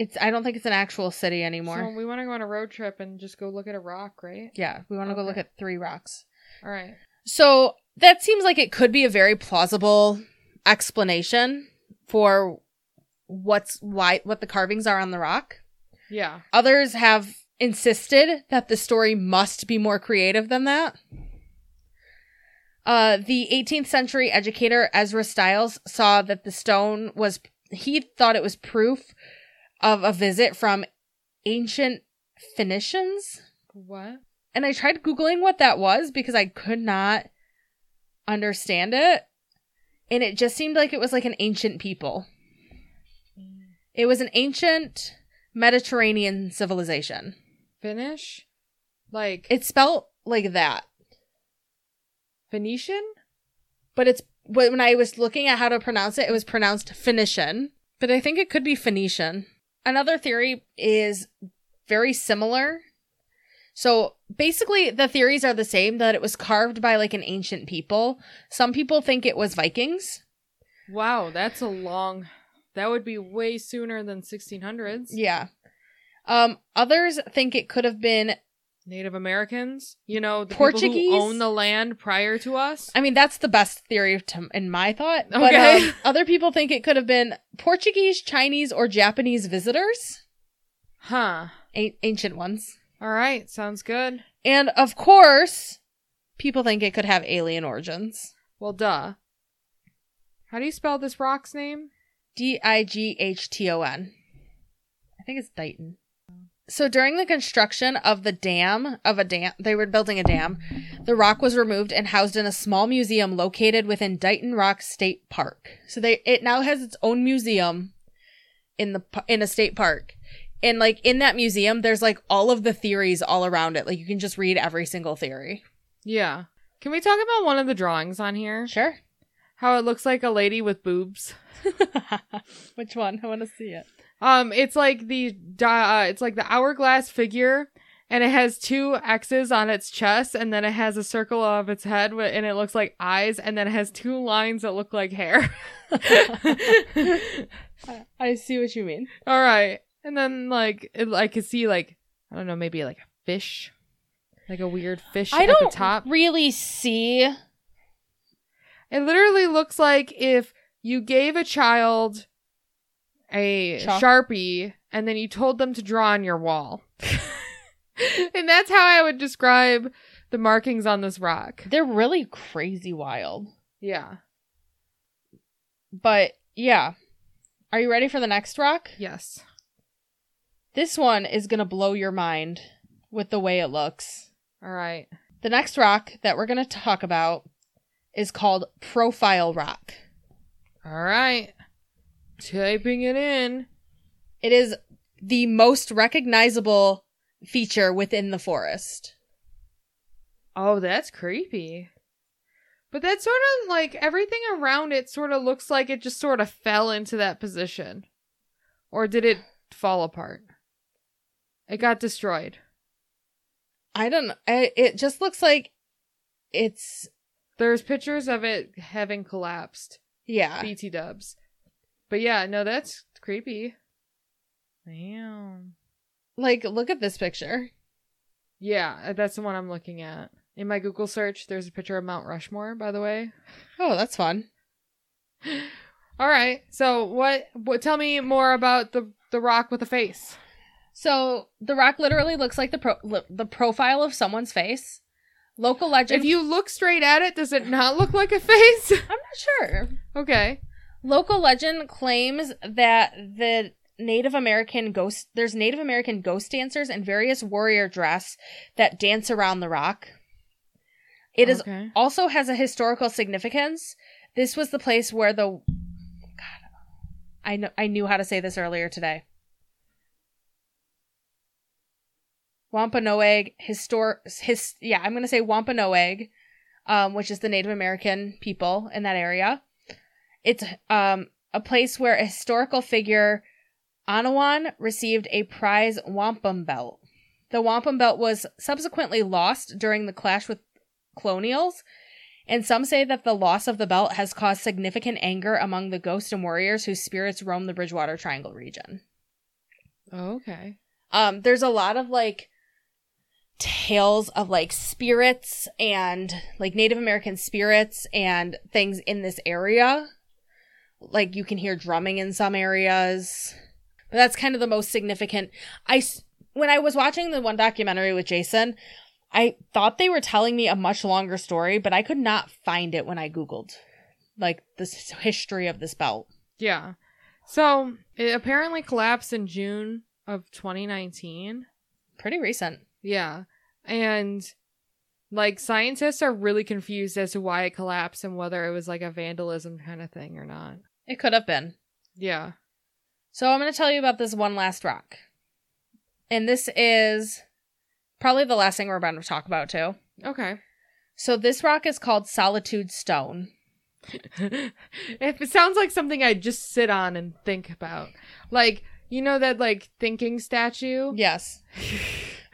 It's I don't think it's an actual city anymore. So we want to go on a road trip and just go look at a rock, right? yeah, we want to go look Okay. at three rocks. All right. So that seems like it could be a very plausible explanation for what's why what the carvings are on the rock. Yeah. Others have insisted that the story must be more creative than that. Uh, the 18th century educator Ezra Stiles saw that the stone was, he thought it was proof of a visit from ancient Phoenicians. What? And I tried Googling what that was because I could not understand it. And it just seemed like it was like an ancient people. It was an ancient Mediterranean civilization. Finnish? Like It's spelled like that, Phoenician? but it's wh- when I was looking at how to pronounce it, it was pronounced Phoenician, but I think it could be Phoenician. Another theory is very similar. So basically, the theories are the same that it was carved by like an ancient people. Some people think it was Vikings. Wow, that's a long. That would be way sooner than 1600s. Yeah. Um, others think it could have been. Native Americans, you know, the Portuguese Portuguese? own the land prior to us. I mean, that's the best theory to, in my thought. But, Okay. um, other people think it could have been Portuguese, Chinese, or Japanese visitors, Huh. a- ancient ones. All right, sounds good. And of course, people think it could have alien origins. Well, duh. How do you spell this rock's name? D I G H T O N. I think it's Dighton. So during the construction of the dam of a dam, they were building a dam. The rock was removed and housed in a small museum located within Dighton Rock State Park. So they it now has its own museum in the p- in a state park. And like in that museum, there's like all of the theories all around it. Like you can just read every single theory. Yeah. Can we talk about one of the drawings on here? Sure. How it looks like a lady with boobs. <laughs> Which one? I want to see it. Um, it's like the di- uh, it's like the hourglass figure, and it has two X's on its chest, and then it has a circle of its head, wi- and it looks like eyes, and then it has two lines that look <laughs> like hair. <laughs> I see what you mean. All right, and then like it, I could see like I don't know maybe like a fish, like a weird fish I at don't the top. really see. It literally looks like if you gave a child a Chalk. sharpie and then you told them to draw on your wall. <laughs> and that's how I would describe the markings on this rock. They're really crazy wild. Yeah. But yeah. Are you ready for the next rock? Yes. This one is going to blow your mind with the way it looks. All right. The next rock that we're going to talk about is called Profile Rock. All right. Typing it in. It is the most recognizable feature within the forest. Oh, that's creepy. But that's sort of like everything around it sort of looks like it just sort of fell into that position. Or did it fall apart? It got destroyed. I don't know. I- It just looks like it's There's pictures of it having collapsed. Yeah. BT dubs. But yeah, no, that's creepy. Damn. Like, look at this picture. Yeah, that's the one I'm looking at. In my Google search, there's a picture of Mount Rushmore, by the way. Oh, that's fun. All right. So, what, what tell me more about the the rock with a face. So the rock literally looks like the pro- li- the profile of someone's face. Local legend. If you look straight at it, does it not look like a face? <laughs> I'm not sure. okay. Local legend claims that the Native American ghost there's Native American ghost dancers in various warrior dress that dance around the rock. It is Okay. also has a historical significance. This was the place where the God, I know I knew how to say this earlier today. Wampanoag histor his yeah I'm gonna say Wampanoag, um, which is the Native American people in that area. It's um a place where a historical figure, Anawan, received a prize wampum belt. The wampum belt was subsequently lost during the clash with colonials. And some say that the loss of the belt has caused significant anger among the ghosts and warriors whose spirits roam the Bridgewater Triangle region. Okay. Um, there's a lot of like tales of like spirits and like Native American spirits and things in this area. Like you can hear drumming in some areas. But that's kind of the most significant. I s- when I was watching the one documentary with Jason, I thought they were telling me a much longer story, but I could not find it when I googled like the s- history of this belt. Yeah. So, it apparently collapsed in June of 2019. Pretty recent. Yeah. And like scientists are really confused as to why it collapsed and whether it was like a vandalism kind of thing or not. It could have been. Yeah. So I'm going to tell you about this one last rock. And this is probably the last thing we're about to talk about, too. Okay. <laughs> So this rock is called Solitude Stone. if it sounds like something I just sit on and think about, like you know that like thinking statue. Yes.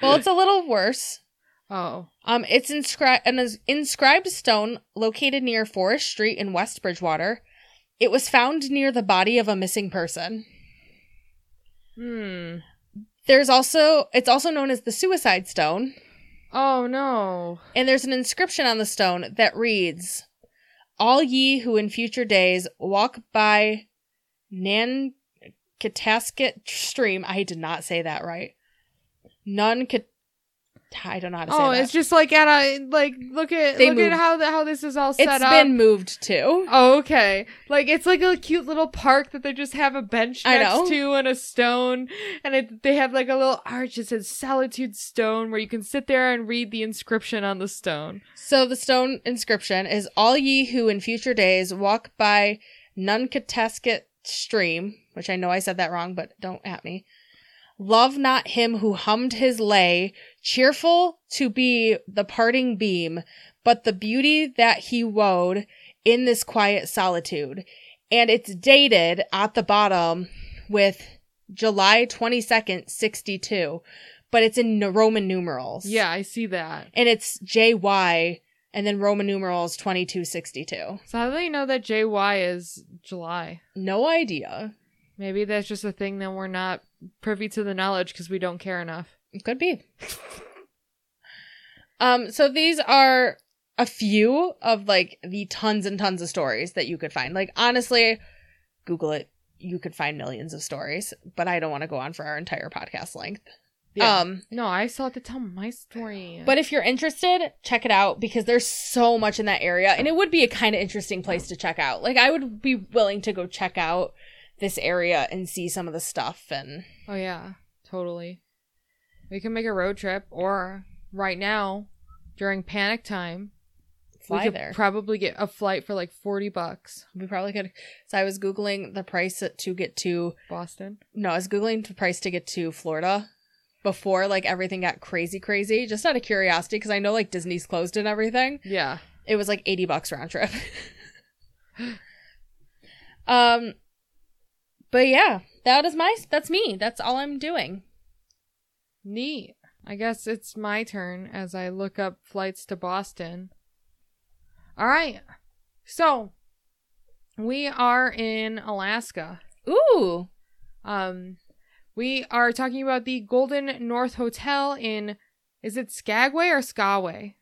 Well, it's a little worse. Oh, Um, it's inscri- an is- inscribed stone located near Forest Street in West Bridgewater. It was found near the body of a missing person. hmm. There's also it's also known as the suicide stone. Oh no. And there's an inscription on the stone that reads, All ye who in future days walk by Nankatasket stream. I did not say that right. None could. I don't know how to say Oh, that. it's just like at a like look at They look moved. at how the, how this is all set it's up. been moved too. Oh, okay. Like it's like a cute little park that they just have a bench I next know. to and a stone, and it, they have like a little arch that says "Solitude Stone," where you can sit there and read the inscription on the stone. So the stone inscription is All ye who in future days walk by Nuncatasket stream, which I know I said that wrong, but don't at me. Love not him who hummed his lay, cheerful to be the parting beam, but the beauty that he wode in this quiet solitude. And it's dated at the bottom with July 22nd, 62, but it's in Roman numerals. Yeah, I see that. And it's JY and then Roman numerals 2262. So how do they know that JY is July? No idea. Maybe that's just a thing that we're not privy to the knowledge because we don't care enough. It could be. um so these are a few of like the tons and tons of stories that you could find. Like honestly, google it. You could find millions of stories, but I don't want to go on for our entire podcast length. Um no, I still have to tell my story. But if you're interested, check it out because there's so much in that area and it would be a kind of interesting place to check out. Like I would be willing to go check out this area and see some of the stuff and oh yeah, totally. We can make a road trip, or right now, during panic time, we fly could there. probably get a flight for like forty bucks, we probably could so I was googling the price to get to Boston. no, I was googling the price to get to Florida before like everything got crazy crazy just out of curiosity because I know like Disney's closed and everything. Yeah, It was like 80 bucks round trip. <laughs> um but yeah, that is my that's me. That's all I'm doing. neat. I guess it's my turn as I look up flights to Boston. All right, so we are in Alaska. Ooh. Um, we are talking about the Golden North Hotel in, is it Skagway or Skaway?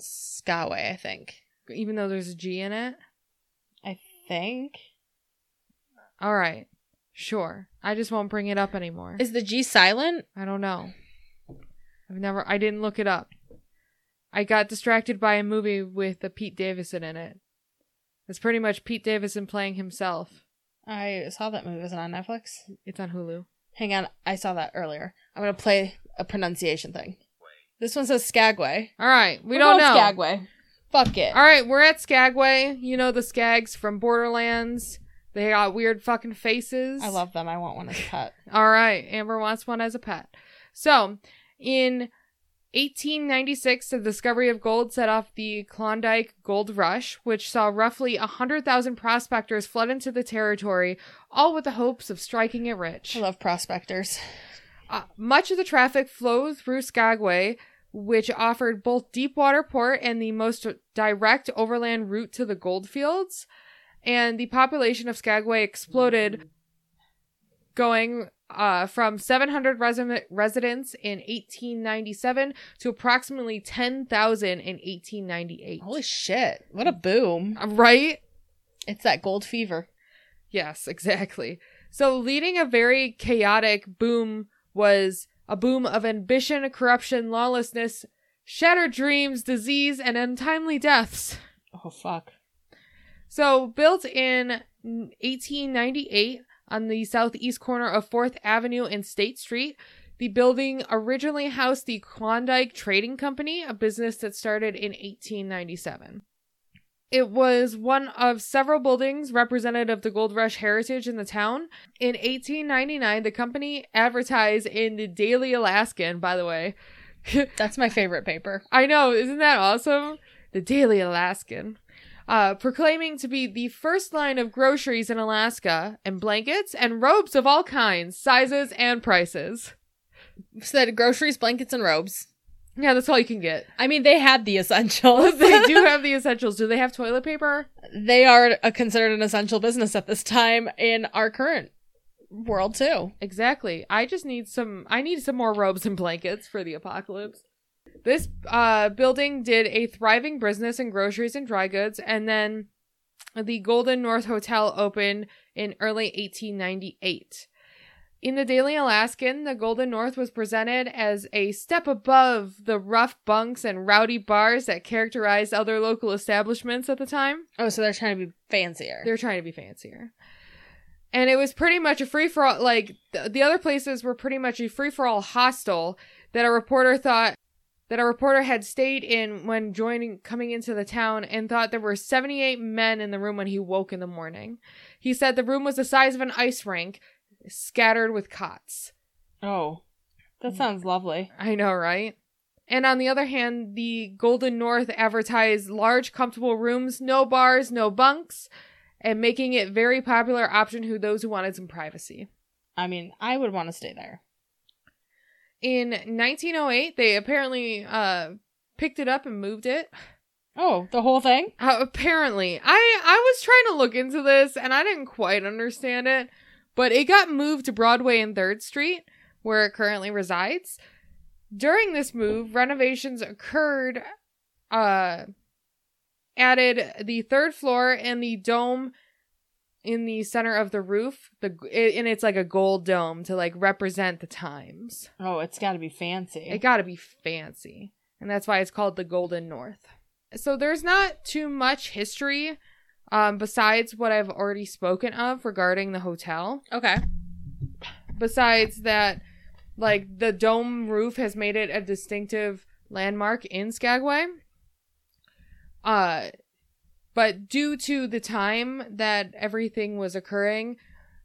Skyway, I think. Even though there's a G in it. I think. All right, sure. I just won't bring it up anymore. Is the G silent? I don't know. I've never. I didn't look it up. I got distracted by a movie with a Pete Davidson in it. It's pretty much Pete Davidson playing himself. I saw that movie. Was it on Netflix? It's on Hulu. Hang on, I saw that earlier. I'm gonna play a pronunciation thing. This one says Skagway. All right, we We're don't going know. Skagway. Fuck it. All right, we're at Skagway. You know the Skags from Borderlands. They got weird fucking faces. I love them. I want one as a pet. All right, Amber wants one as a pet. So, in 1896, the discovery of gold set off the Klondike Gold Rush, which saw roughly 100,000 prospectors flood into the territory, all with the hopes of striking it rich. I love prospectors. Uh, much of the traffic flowed through Skagway, which offered both deep water port and the most direct overland route to the gold fields. And the population of Skagway exploded, going uh, from 700 resi- residents in 1897 to approximately 10,000 in 1898. Holy shit. What a boom. right? It's that gold fever. Yes, <laughs> exactly. So leading a very chaotic boom was a boom of ambition, corruption, lawlessness, shattered dreams, disease, and untimely deaths. Oh, fuck. So built in 1898 on the southeast corner of 4th Avenue and State Street, the building originally housed the Klondike Trading Company, a business that started in 1897. It was one of several buildings representative of the gold rush heritage in the town. In 1899, the company advertised in the Daily Alaskan, by the way. That's my favorite paper. I know, isn't that awesome? The Daily Alaskan. uh, proclaiming to be the first line of groceries in Alaska and blankets and robes of all kinds, sizes, and prices. Said groceries, blankets, and robes. Yeah, that's all you can get. I mean, they had the essentials. <laughs> they <laughs> do have the essentials. Do they have toilet paper? they are a, considered an essential business at this time in our current world too. Exactly. I just need some I need some more robes and blankets for the apocalypse. This uh building did a thriving business in groceries and dry goods and then the Golden North Hotel opened in early 1898. In the Daily Alaskan, the Golden North was presented as a step above the rough bunks and rowdy bars that characterized other local establishments at the time. Oh, so they're trying to be fancier. They're trying to be fancier. And it was pretty much a free for all. Like th- the other places were pretty much a free for all hostel that a reporter thought that a reporter had stayed in when joining coming into the town and thought there were 78 men in the room when he woke in the morning. He said the room was the size of an ice rink scattered with cots. oh, that sounds lovely. I know, right? And on the other hand, the Golden North advertised large, comfortable rooms, no bars, no bunks, and making it very popular option who those who wanted some privacy. I mean, I would want to stay there. In 1908, they apparently uh, picked it up and moved it. Oh, the whole thing? Uh, apparently, I I was trying to look into this and I didn't quite understand it, but it got moved to Broadway and Third Street, where it currently resides. During this move, renovations occurred, uh, added the third floor and the dome in the center of the roof. The and it's like a gold dome to like represent the times. Oh, it's got to be fancy. It got to be fancy. And that's why it's called the Golden North. So there's not too much history um, besides what I've already spoken of regarding the hotel. okay. Besides that, like, the dome roof has made it a distinctive landmark in Skagway. Uh, but due to the time that everything was occurring,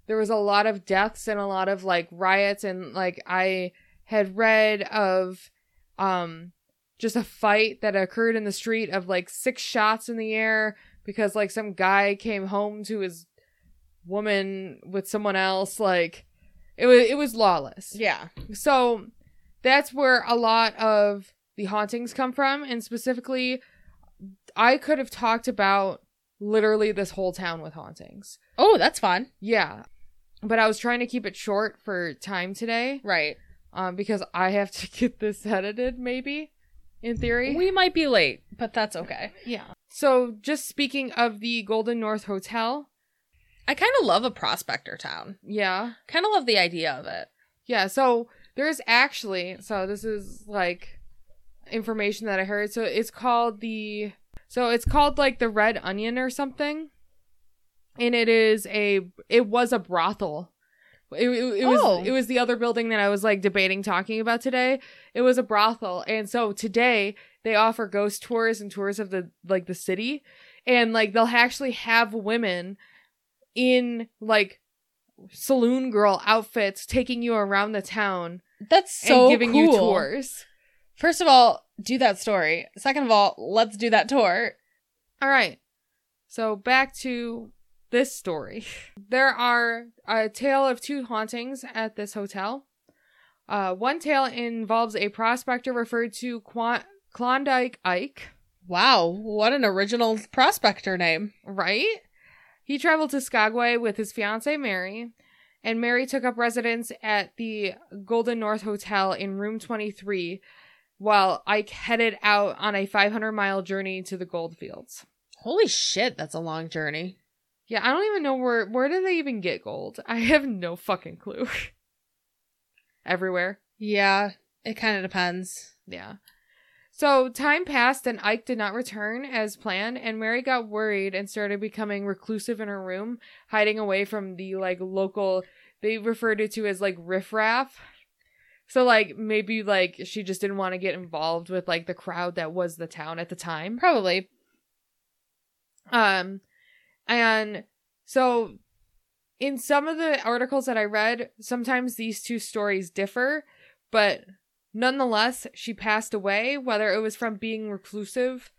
there was a lot of deaths and a lot of like riots and like I had read of um just a fight that occurred in the street of like six shots in the air because like some guy came home to his woman with someone else like it was it was lawless. Yeah. So that's where a lot of the hauntings come from. And specifically, I could have talked about literally this whole town with hauntings. Oh, that's fun. Yeah. But I was trying to keep it short for time today Right. um, because I have to <laughs> get this edited, maybe, in theory. We might be late, but that's okay. yeah. So, just speaking of the Golden North Hotel, I kind of love a prospector town. yeah. Kind of love the idea of it. Yeah, so there's actually so this is like information that I heard. So it's called the so it's called like the red onion or something. And it is a it was a brothel. It, it, it was Oh. it was the other building that I was like debating talking about today. It was a brothel. And so today they offer ghost tours and tours of the like the city and like they'll actually have women in like saloon girl outfits taking you around the town That's so and giving you cool. tours. First of all, do that story. Second of all, let's do that tour. All right. So back to this story. <laughs> There are a tale of two hauntings at this hotel. Uh, one tale involves a prospector referred to Quan- Klondike Ike, Wow, what an original prospector name. right? He traveled to Skagway with his fiancee Mary, and Mary took up residence at the Golden North Hotel in room 23 while Ike headed out on a 500 mile journey to the goldfields. Holy shit, that's a long journey. Yeah, I don't even know where where do they even get gold? <laughs> I have no fucking clue. <laughs> Everywhere. Yeah, it kind of depends. Yeah. So time passed and Ike did not return as planned, and Mary got worried and started becoming reclusive in her room, hiding away from the like local they referred it to as like riffraff. So like maybe like she just didn't want to get involved with like the crowd that was the town at the time. Probably. Um, and so in some of the articles that I read, sometimes these two stories differ, but nonetheless, she passed away, whether it was from being reclusive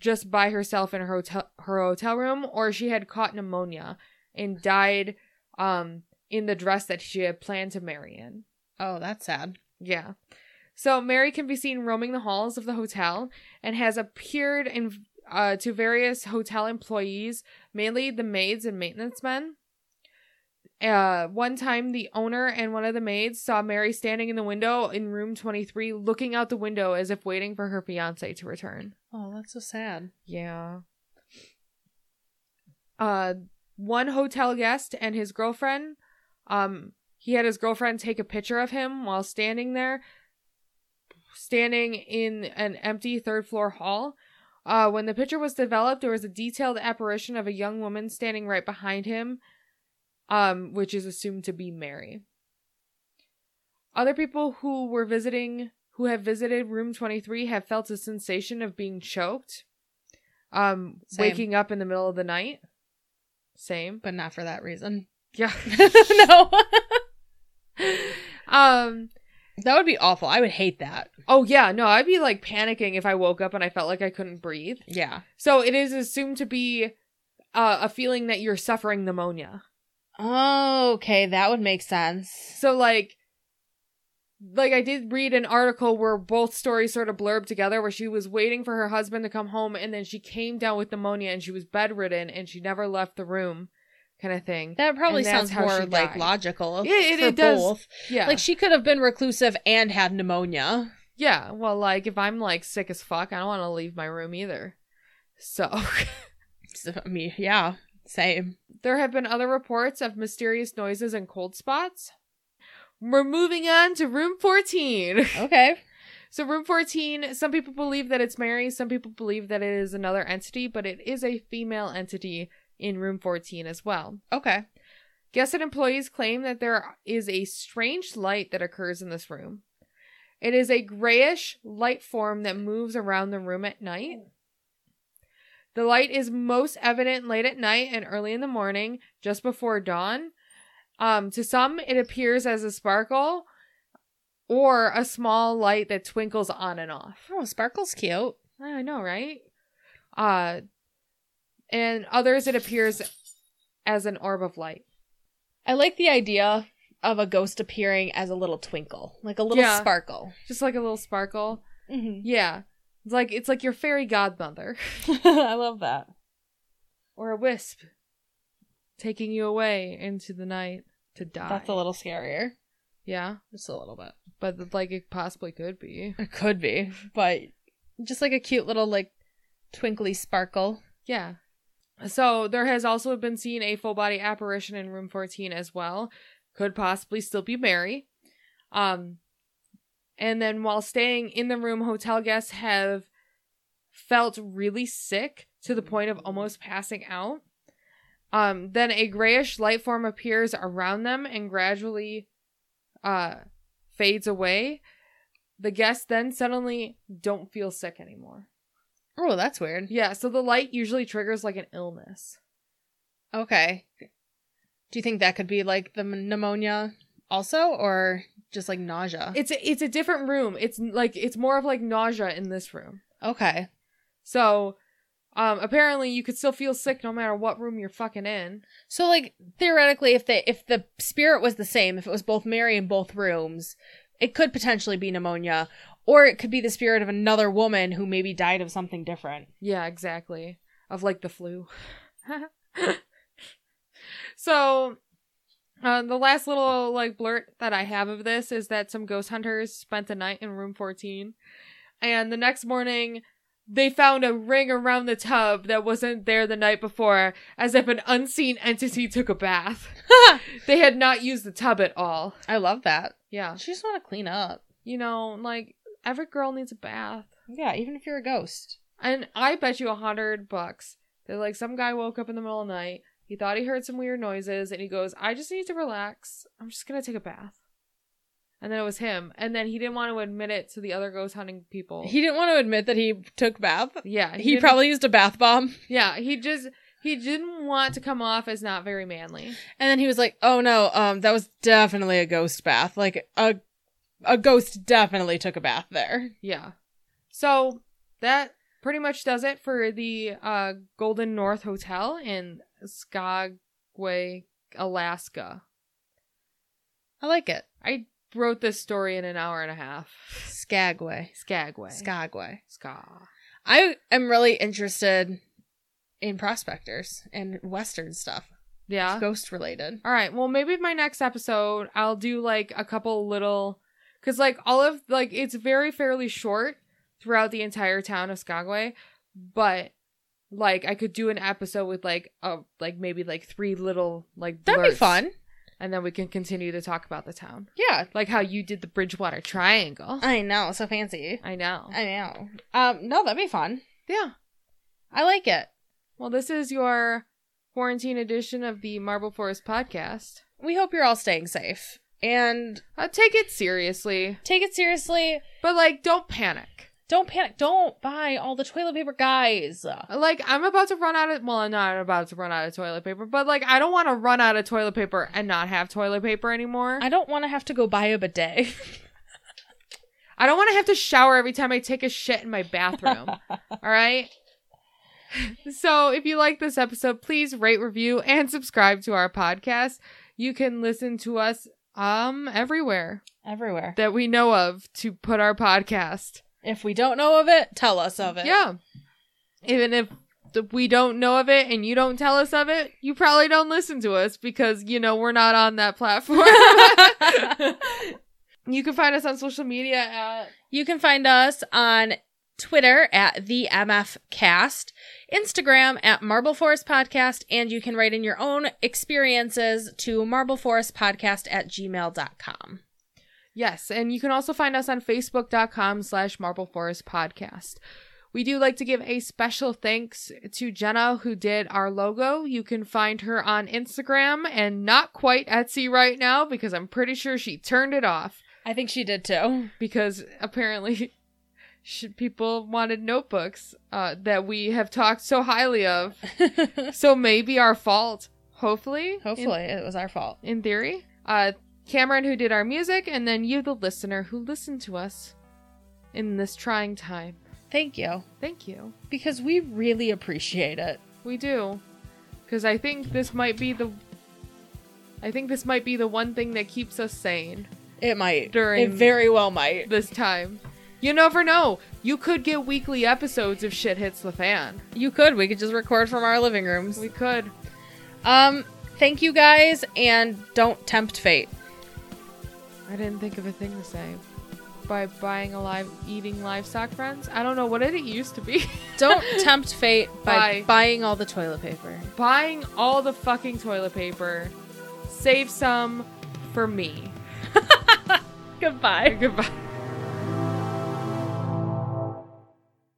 just by herself in her hotel her hotel room or she had caught pneumonia and died um in the dress that she had planned to marry in. Oh, that's sad. Yeah. So Mary can be seen roaming the halls of the hotel and has appeared in uh, to various hotel employees, mainly the maids and maintenance men. Uh, one time, the owner and one of the maids saw Mary standing in the window in room 23, looking out the window as if waiting for her fiance to return. Oh, that's so sad. Yeah. Uh, one hotel guest and his girlfriend, um, he had his girlfriend take a picture of him while standing there, standing in an empty third floor hall. Uh, when the picture was developed, there was a detailed apparition of a young woman standing right behind him, um, which is assumed to be Mary. Other people who were visiting, who have visited room 23, have felt a sensation of being choked, um, Same. waking up in the middle of the night. Same. But not for that reason. <laughs> Yeah. <laughs> no. um, That would be awful. I would hate that. oh yeah, no, I'd be like panicking if I woke up and I felt like I couldn't breathe. Yeah. So it is assumed to be uh, a feeling that you're suffering pneumonia. Oh, okay. That would make sense. So like like I did read an article where both stories sort of blurb together where she was waiting for her husband to come home and then she came down with pneumonia and she was bedridden and she never left the room kind of thing. That probably And that's sounds how more she like died. logical. Yeah, it- for it does. both. Yeah. Like she could have been reclusive and had pneumonia. Yeah, well, like if I'm like sick as fuck, I don't want to leave my room either. So <laughs> So, I mean, yeah, same. there have been other reports of mysterious noises and cold spots. We're moving on to room 14. Okay. <laughs> So, room 14, some people believe that it's Mary, some people believe that it is another entity, but it is a female entity in room 14 as well. Okay. Guests and employees claim that there is a strange light that occurs in this room. It is a grayish light form that moves around the room at night. The light is most evident late at night and early in the morning, just before dawn. Um, to some, it appears as a sparkle or a small light that twinkles on and off. Oh, Sparkle's cute. I know, right? Uh, and others, it appears as an orb of light. I like the idea of a ghost appearing as a little twinkle, like a little Yeah. sparkle. just like a little sparkle. Mm-hmm. <laughs> Yeah, it's like it's like your fairy godmother <laughs> I love that. or a wisp taking you away into the night to die. That's a little scarier. yeah, Just a little bit. but like it possibly could be. It could be, but just like a cute little like twinkly sparkle. Yeah. So there has also been seen a full body apparition in room 14 as well. Could possibly still be Mary. Um and then while staying in the room, hotel guests have felt really sick to the point of almost passing out. Um then a grayish light form appears around them and gradually uh fades away. The guests then suddenly don't feel sick anymore. Oh, that's weird. Yeah, so the light usually triggers like an illness. Okay. Do you think that could be like the m- pneumonia also, or just like nausea? It's a, it's a different room. It's n- like it's more of like nausea in this room. okay. So, um apparently you could still feel sick no matter what room you're fucking in. So like theoretically, if the if the spirit was the same, if it was both Mary in both rooms, it could potentially be pneumonia, or it could be the spirit of another woman who maybe died of something <laughs> different. Yeah, exactly. Of like the flu. <laughs> so, uh, the last little like blurt that I have of this is that some ghost hunters spent the night in room 14, and the next morning they found a ring around the tub that wasn't there the night before, as if an unseen entity took a bath. they had not used the tub at all. I love that. Yeah, She just want to clean up. you know, like every girl needs a bath. Yeah, even if you're a ghost. And I bet you a hundred bucks that like some guy woke up in the middle of the night, he thought he heard some weird noises, and he goes, I just need to relax. I'm just gonna take a bath. And then it was him. And then he didn't want to admit it to the other ghost hunting people. He didn't want to admit that he took bath. <laughs> yeah, He didn't- probably used a bath bomb. Yeah, he just he didn't want to come off as not very manly. And then he was like, "Oh no, um, that was definitely a ghost bath. Like a a ghost definitely took a bath there." Yeah. So that pretty much does it for the uh, Golden North Hotel in Skagway, Alaska. I like it. I wrote this story in an hour and a half. Skagway. Skagway. Skagway. Ska. I am really interested in prospectors and Western stuff, Yeah. ghost related. All right. Well, maybe my next episode, I'll do like a couple little, because like all of like it's very fairly short throughout the entire town of Skagway, but like I could do an episode with like a like maybe like three little like That'd be blurts, fun. and then we can continue to talk about the town, Yeah. like how you did the Bridgewater Triangle. I know. So fancy. I know. I know. Um, no, that'd be fun. Yeah. I like it. Well, this is your quarantine edition of the Marble Forest podcast. We hope you're all staying safe and Uh, take it seriously, take it seriously. but like don't panic. Don't panic. Don't buy all the toilet paper, guys. Like I'm about to run out of well, I'm not about to run out of toilet paper, but like I don't want to run out of toilet paper and not have toilet paper anymore. I don't want to have to go buy a bidet. <laughs> I don't want to have to shower every time I take a shit in my bathroom. All right? So, if you like this episode, please rate, review, and subscribe to our podcast. You can listen to us um everywhere Everywhere. that we know of to put our podcast. If we don't know of it, tell us of it. Yeah. Even if th- we don't know of it and you don't tell us of it, you probably don't listen to us because, you know, we're not on <laughs> that platform. you can find us on social media at. You can find us on Twitter at the MFcast, Instagram at Marble Forest Podcast, and you can write in your own experiences to marbleforestpodcast at gmail.com. Yes, and you can also find us on facebook.com slash Marble Forest Podcast. We do like to give a special thanks to Jenna who did our logo. You can find her on Instagram and not quite Etsy right now because I'm pretty sure she turned it off. I think she did too. because apparently <laughs> sh people wanted notebooks uh, that we have talked so highly of. so maybe our fault. Hopefully. Hopefully, it was our fault. In, in theory. Uh, Cameron, who did our music, and then you, the listener, who listened to us in this trying time. Thank you, Thank you. because we really appreciate it. We do. Because I think this might be the. I think this might be the one thing that keeps us sane. It might. During- It very well might. this time. You never know. You could get weekly episodes if shit hits the fan. You could. We could just record from our living rooms. We could. Um, thank you guys, and don't tempt fate. I didn't think of a thing to say. By buying alive, eating livestock friends? I don't know what it used to be. <laughs> <laughs> Don't tempt fate by Bye. buying all the toilet paper. Buying all the fucking toilet paper. Save some for me. Goodbye. Goodbye.